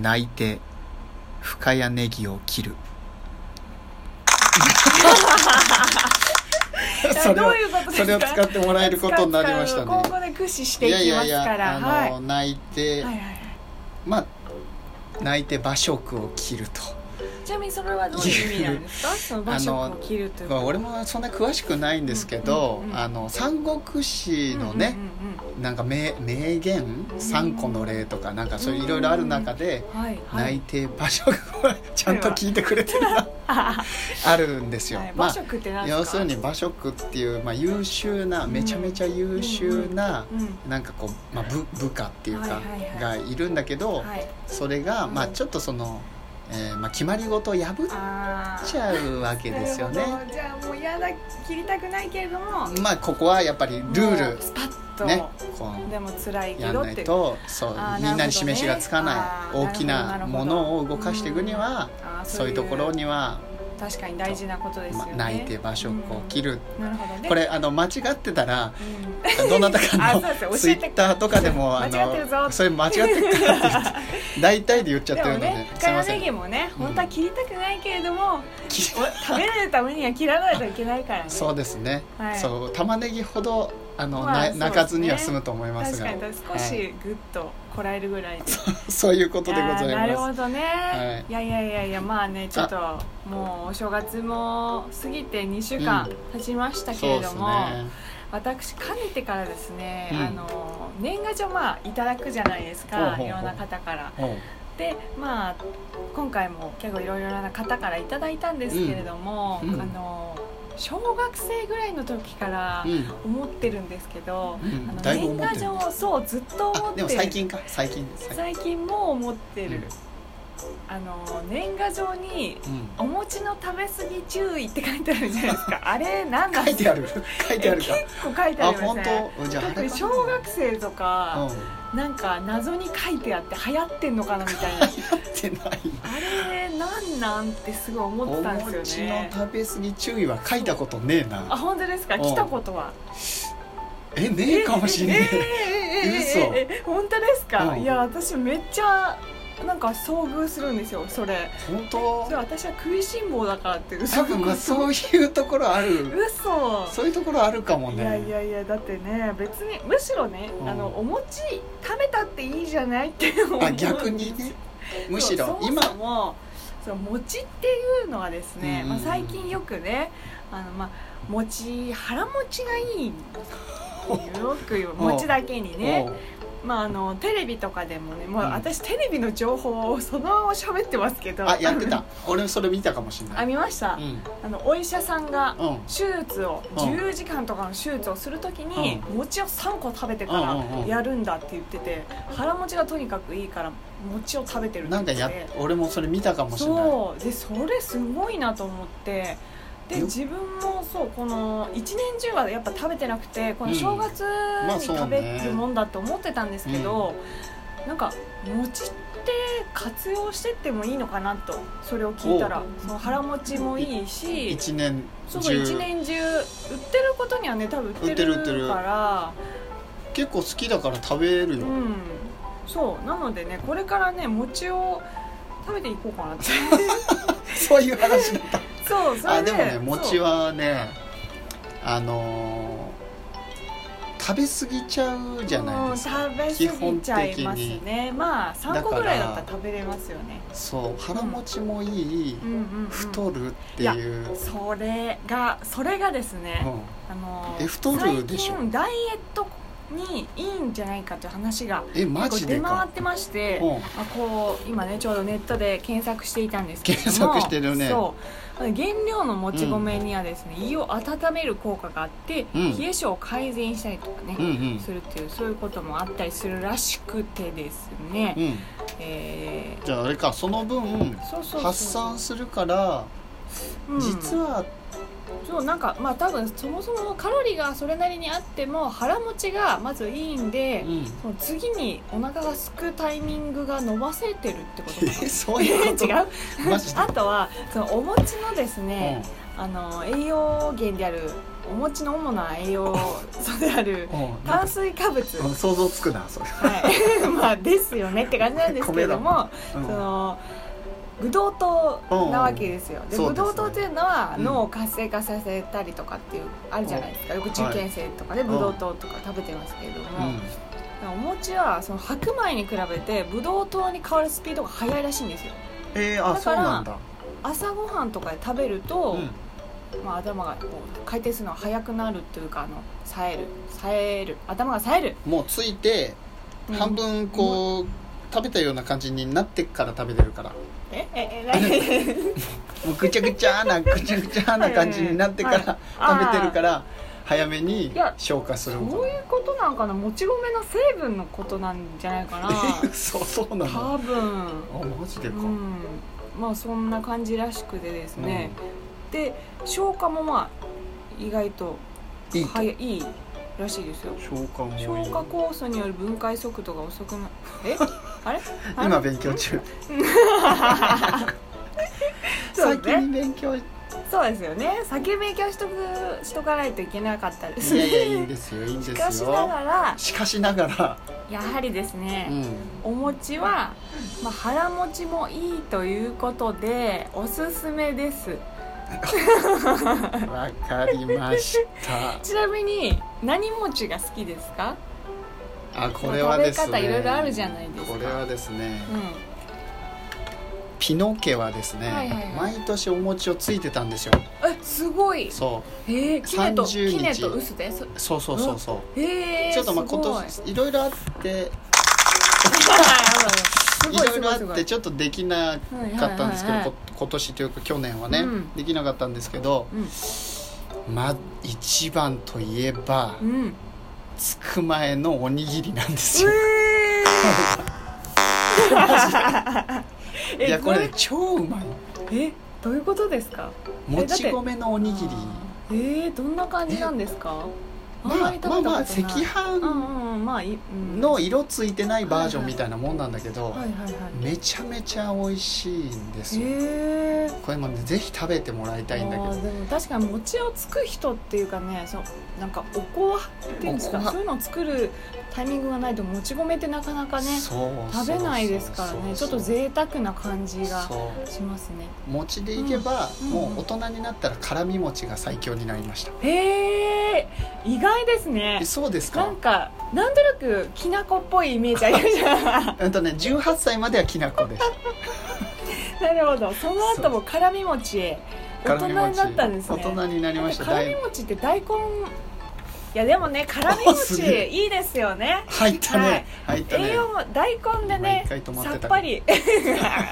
泣いて深谷ネギを切るい やそれどをういうことですかそれを使ってもらえることになりましたね今後で駆使していきますからあの、はい泣いて、はいはいはいまあ泣いて馬食を切るとちなみにそれはどういう意味なんです かその場所を切るというまあ俺もそんな詳しくないんですけど、うんうんうんあの三国志のね、なんか名名言3個の例とかなんかそういういろいろある中でうんうんうんはいは泣いいて馬食を ちゃんと聞いてくれてるな あるんですよ。はいま馬あ食って何ですか要するに馬食っていう、まあ、優秀なめちゃめちゃ優秀なうんうんなんかこう、まあ、部部下っていうかはいはいがはいるんだけどはいそれがまあちょっとその、えーまあ、決まり事を破あっーちゃうわけですよねなる。ほどじゃあもう嫌だ切りたくないけれどもまあここはやっぱりルーもうスパッとルねこうでも辛いけやどんっないてとそう、あみんなーなるほどねに示しがつかあないー大きなるなほどものを動かしていくにはあーそういうところには、確かに大事なことですよまね、泣いて馬食を切る、なるほどねこれあの間違ってたらう んどなたかあそうですのねツイッターとかでもあ間違ってるぞのそれ間違ってるからって 言って大体で言っちゃっでてるもので、ね、すい深ま谷せネギんもね、うん本当は切りたくないけれども、き食べれるためには切らないといけないからね。 そうですね、はいそう玉ねぎほどあの、まあなそうですね泣かずには済むと思います確がかに確かに少はいしグッとこらえるぐらいで。そういうことでごあざーいなるまほすどね。はいいやいやいやいや、まあね、ちょっともうお正月も過ぎて2週間経ちましたけそうれでどすも、ね私かねてからですね、うんあの年賀状まあいただくじゃないですか、ほうほうほういろんな方から。おうでまあ今回も結構いろいろな方からいただいたんですけれども、うんうんあの小学生ぐらいの時からうん思ってるんですけど、うんあのだいぶ思年って賀る状をそうずっと思あっでてるも最近か最近最近最近も思ってる、うんあの年賀状にうん「お餅の食べ過ぎ注意」って書いてあるじゃな いですかあれ何な書んでいすてかある 書いてあるか結構書いてあありま本すね当じゃああ特れにか小学生とうん か、なんか謎に書いてあって流行ってんのかなみたいな書いてないあれなんなんってすごいお思ってたんです餅よのね食べ過ぎ注意は書いたことねえあな本当ですかうん来たことはえねえかもしんねええええええええ本当ですかうんいや私めっちゃなんか遭遇するんですよそれ本それ当私は食いしん坊だからって嘘多分まあそういうところあ る嘘そういうところあるかもいやいねやいやだってね別にむしろね、うんあのお餅食べたっていいじゃないって思うあ逆にねむしそろうそも今そもその餅っていうのはですね、うんうんうんまあ、最近よくねあの、まあ、餅腹持ちがいいってよ く言う餅だけにねお、うまあ、あのテレビとかでもねもううん私テレビの情報をそのまま喋ってますけどあやってた俺それ見たかもしんな あい見ました、うんあのお医者さんがうん手術をうん10時間とかの手術をするときに餅を3個食べてうんうんかうんらやるんだって言ってて腹持ちがとにかくいいから餅を食べてるってな言んっかててや俺もそれ見たかもしんないそうでそれすごいなと思ってでよ自分もそうこの一年中はやっぱ食べてなくてこの正月んまあにそうね食べるもんだって思ってたんですけど、なんか餅って活用してってもいいのかなとそれを聞いたらその腹持ちもいいし一年そうそう一中年中売ってることにはね多分売売っっててる売ってるるから結構好きだから食べるようんそうなのでねこれからね餅を食べていこうかなって そういう話だったそうそれあでもねそう餅はねあのー食べ過ぎちゃうじゃないですかうん食べ過ぎちゃいますねまあ3個ぐらいだったら食べれますよねそう腹持ちもいい、うんうん、うん、太るっていう、それがそれがですうね、んあのえ太るでしょ最近ダイエットにいいんじゃないかという話がえマ結ジ構で出回かってまして、うんまあ、こう今ねちょうどネットで検索していたんですけれども検索してるねそう原料のもち米にはですね、胃を温める効果があって、うん冷え性を改善したりとかね、うんうんするっていうそういうこともあったりするらしくてですね、うんえじゃああれかその分ー、そうそうそう発散するからうん実はそうなんかまあ多分そもそもカロリーがそれなりにあっても腹持ちがまずいいんでう、んその次にお腹がすくタイミングが伸ばせてるってことかなえ そういうこと違 う マジであとはそのお餅のですね、うあの栄養源であるお餅の主な栄養素であるうん なん炭か水化物うん想像つくなそれ、はい、 まあですよねって感じなんですけれども、うそん、のブドウ糖なわけですよ、でそうブですねドウ糖っていうのはうん脳を活性化させたりとかっていうあるじゃないですかよく受験生とかでいブドウ糖とか食べてますけれども、うんお餅はその白米に比べてブドウ糖に変わるスピードが速いらしいんですよえー、あだそかうらなんだ、朝ごはんとかで食べるうと、んまあ、頭がこう回転するのが速くなるっていうかあの冴える冴える頭が冴える、もうついてうん半分こう、食べたような感じになってから食べてるからえ ええ何もうぐちゃぐちゃ なぐちゃぐちゃな感じになってからはいはい食べてるから早めにいや消化するそ ういうことなんかなもち米の成分のことなんじゃない かなそうそうなのあ多分マジでうか、んまあそんな感じらしくてですね、で消化もまあ意外といいと早いいいらしいですよ消化もいい消化酵素による分解速度が遅くな えあれあ今勉強中 そう先ねに勉強いそうですよね先勉強しとくしとかないといけなかったですやいやいいんねですよいいんですしよかしながらしかしながら、やはりですね、うん、お餅は、まあ、腹持ちもいいということでおすすめですわかりましたちなみに何餅が好きですかあこれはですね食べ方いろいろあるじゃないですかこれはですね、うピノ家はですね、はいはいはい毎年お餅をついてたんですよんえすごいそえー、キネと30日キネと薄でそうそうそうそうそう、えー、ちょっとまあすご今年 いいろいろあってすいごいろすいろごあいすごっいてちょっとできなかったんですけど、はいはいはいこ今年というか去年はね、うんできなかったんですけど、まあ一番といえばうん、うん、つく前のおにぎりなんですよ、えーえ いやこれねど超うまいうえどういうことですかもえだっちて米のおにぎりえー、どんな感じなんですかあんままあり食べたまあことまなあい赤飯うんうんうんまあいうんの色ついてないバージョンみたいなもんなんだけど、はいはいはいめちゃめちゃ美味しいんですよ、へえこれもねぜひ食べてもらいたいんだけあどーでも確かに餅をつく人っていうかねそうなんかおこわっていうんですおかこわそういうのを作るタイミングがないともち米ってなかなかねそう食べないですからそうそねうちょっと贅沢な感じがそうしますね餅でいけば、うんもう大人になったら辛み餅が最強になりました、へえ意外ですねえそうですなかんかなんとなくきなこっぽいイメージありました うんとね18歳まではきなこでしたなるほどその後も辛み餅へ 大辛人にみな餅ったんですね大人になりました辛だみいぶ餅って大根いやでもね辛みあすげえ餅いいですよね入ったね、入ったね栄養も大根でね毎回止まってさたっぱり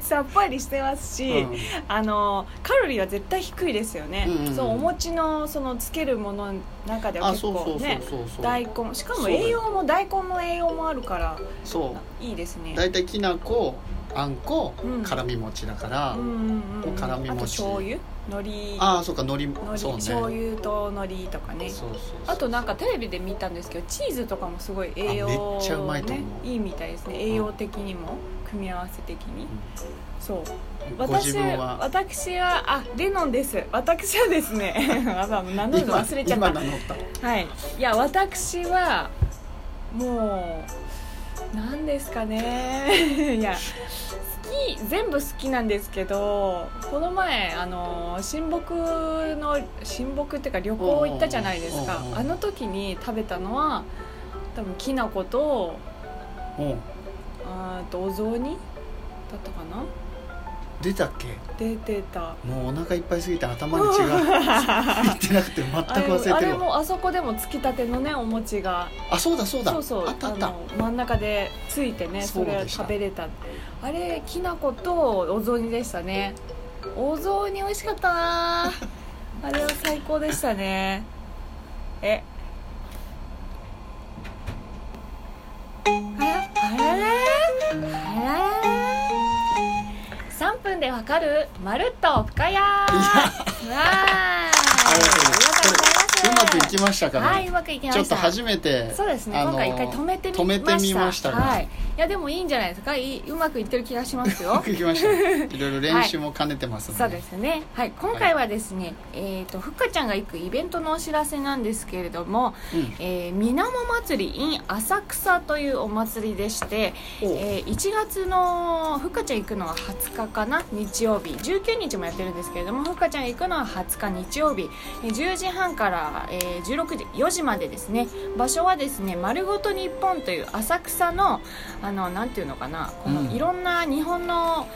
さっぱりしてますし、うんあのカロリーは絶対低いですよね、うんうんうんそうお餅のそのつけるものの中ではあ結構そうねそうそうそうそう大根しかそうもだよ栄養も大根の栄養もあるからそいいですねう大体きなこあんこ、うん辛み餅だから、うんうんうん辛み餅あと醤油海苔ああそうか海海苔苔そうね醤油と海苔とかねそうそうそうあとなんかテレビで見たんですけどチーズとかもすごい栄養、ね、あめっちゃうまいと思ういみたいですね栄養的にも組み合わせ的に、そうご自私分は私はあレノンです私はですね あまあ名乗るの忘れちゃっ今今名乗ったたはいいや私はもうなんですかね いや好き全部好きなんですけどこの前あの親睦の親睦っていうか旅行行ったじゃないですかうんうんうんあの時に食べたのは多分きな粉とうんあーとお雑煮だったかな出たっけ出てたもうお腹いっぱいすぎて頭に血 がいってなくて全くあれ忘あれてれるわもあそこでもつきたてのねお餅があそうだそうだそうそうあったあったの真ん中でついてねそそうでれしたは食べれたあれきな粉とお雑煮でしたねお雑煮美味しかっ たなあれは最高でしたねえああらららあららら3分でわかる「まるっと深谷」わああありりがとうございますこれうまくいきがとうございますましたかね、はい、うまくいきまちしたょっと初めてそうですね、あの今回一回止めてみました止めてみましたがはい、いやでもいいんじゃないですかいいうまくいってる気がしますよ 行きましたいろいろ練習も兼ねてますそのうで、ですねはい今回はですね、えっ、とふっかちゃんが行くイベントのお知らせなんですけれどもうんえー、みなも祭り in 浅草というお祭りでして、おえー1月のふっかちゃん行くのは20日かな日曜日19日もやってるんですけれどもふっかちゃん行くのは20日日曜日えー10時半から、えー16時4時までですね場所はですね「丸ごと日本」という浅草のあのなんていうのかなこうんのいろんな日本の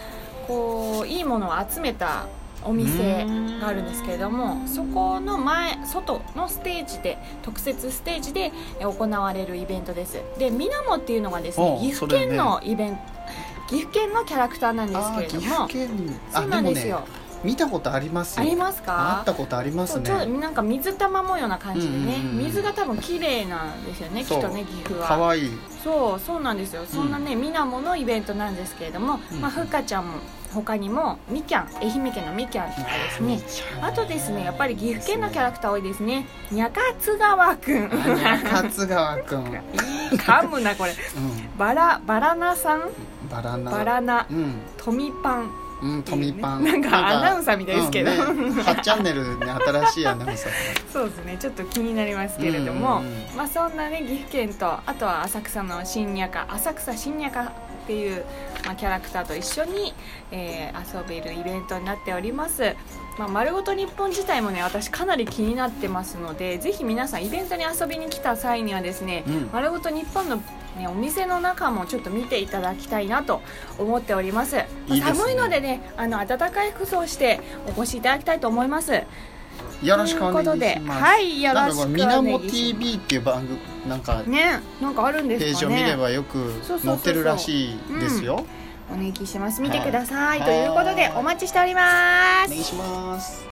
こういいものを集めたお店があるんですけれどもそこの前外のステージで特設ステージでえー行われるイベントですでみなもっていうのがですねおう岐そ阜れね県のイベント、岐阜県のキャラクターなんですあけーれど岐も阜県にそうなんですねよ、見たことありますあよりますあかったことありますそうねちょっとなんか水玉模様な感じでね、うんうんうんうん水が多分綺麗なんですよねきっそうとね岐阜はかわい いそうそうなんですよそんなね、みなものイベントなんですけれども、うんまあ、ふっかちゃんも他にもみきゃん愛媛県のみきゃんとかですねあとですねやっぱり岐阜県のキャラクター多いですねにゃかつがわくん勝川くん、うん、噛むなこれバラバラナさんバラナバラナうん、トミパンうん、トミパン、なんかアナウンサーみたいですけどうんね、8チャンネルね新しいアナウンサーそうですねちょっと気になりますけれども、うんうんうんまあ、そんなね岐阜県とあとは浅草の新にゃか浅草新にゃかっていう、まあ、キャラクターと一緒に、えー遊べるイベントになっております、まあ、丸ごと日本自体もね私かなり気になってますのでぜひ皆さんイベントに遊びに来た際にはですね、うん丸ごと日本の、ね、お店の中もちょっと見ていただきたいなと思っておりますまあいいですね寒いのでねあの暖かい服装をしてお越しいただきたいと思いますよろしくお願いしますということではいよろしくお願いしますなんかこれみなも TV っていう番組なんかねなんかあるんペですかねージを見ればよくそうそうそうそ載うってるらしいですよお願いします見はいてください、はいということでお待ちしておりまおす願いします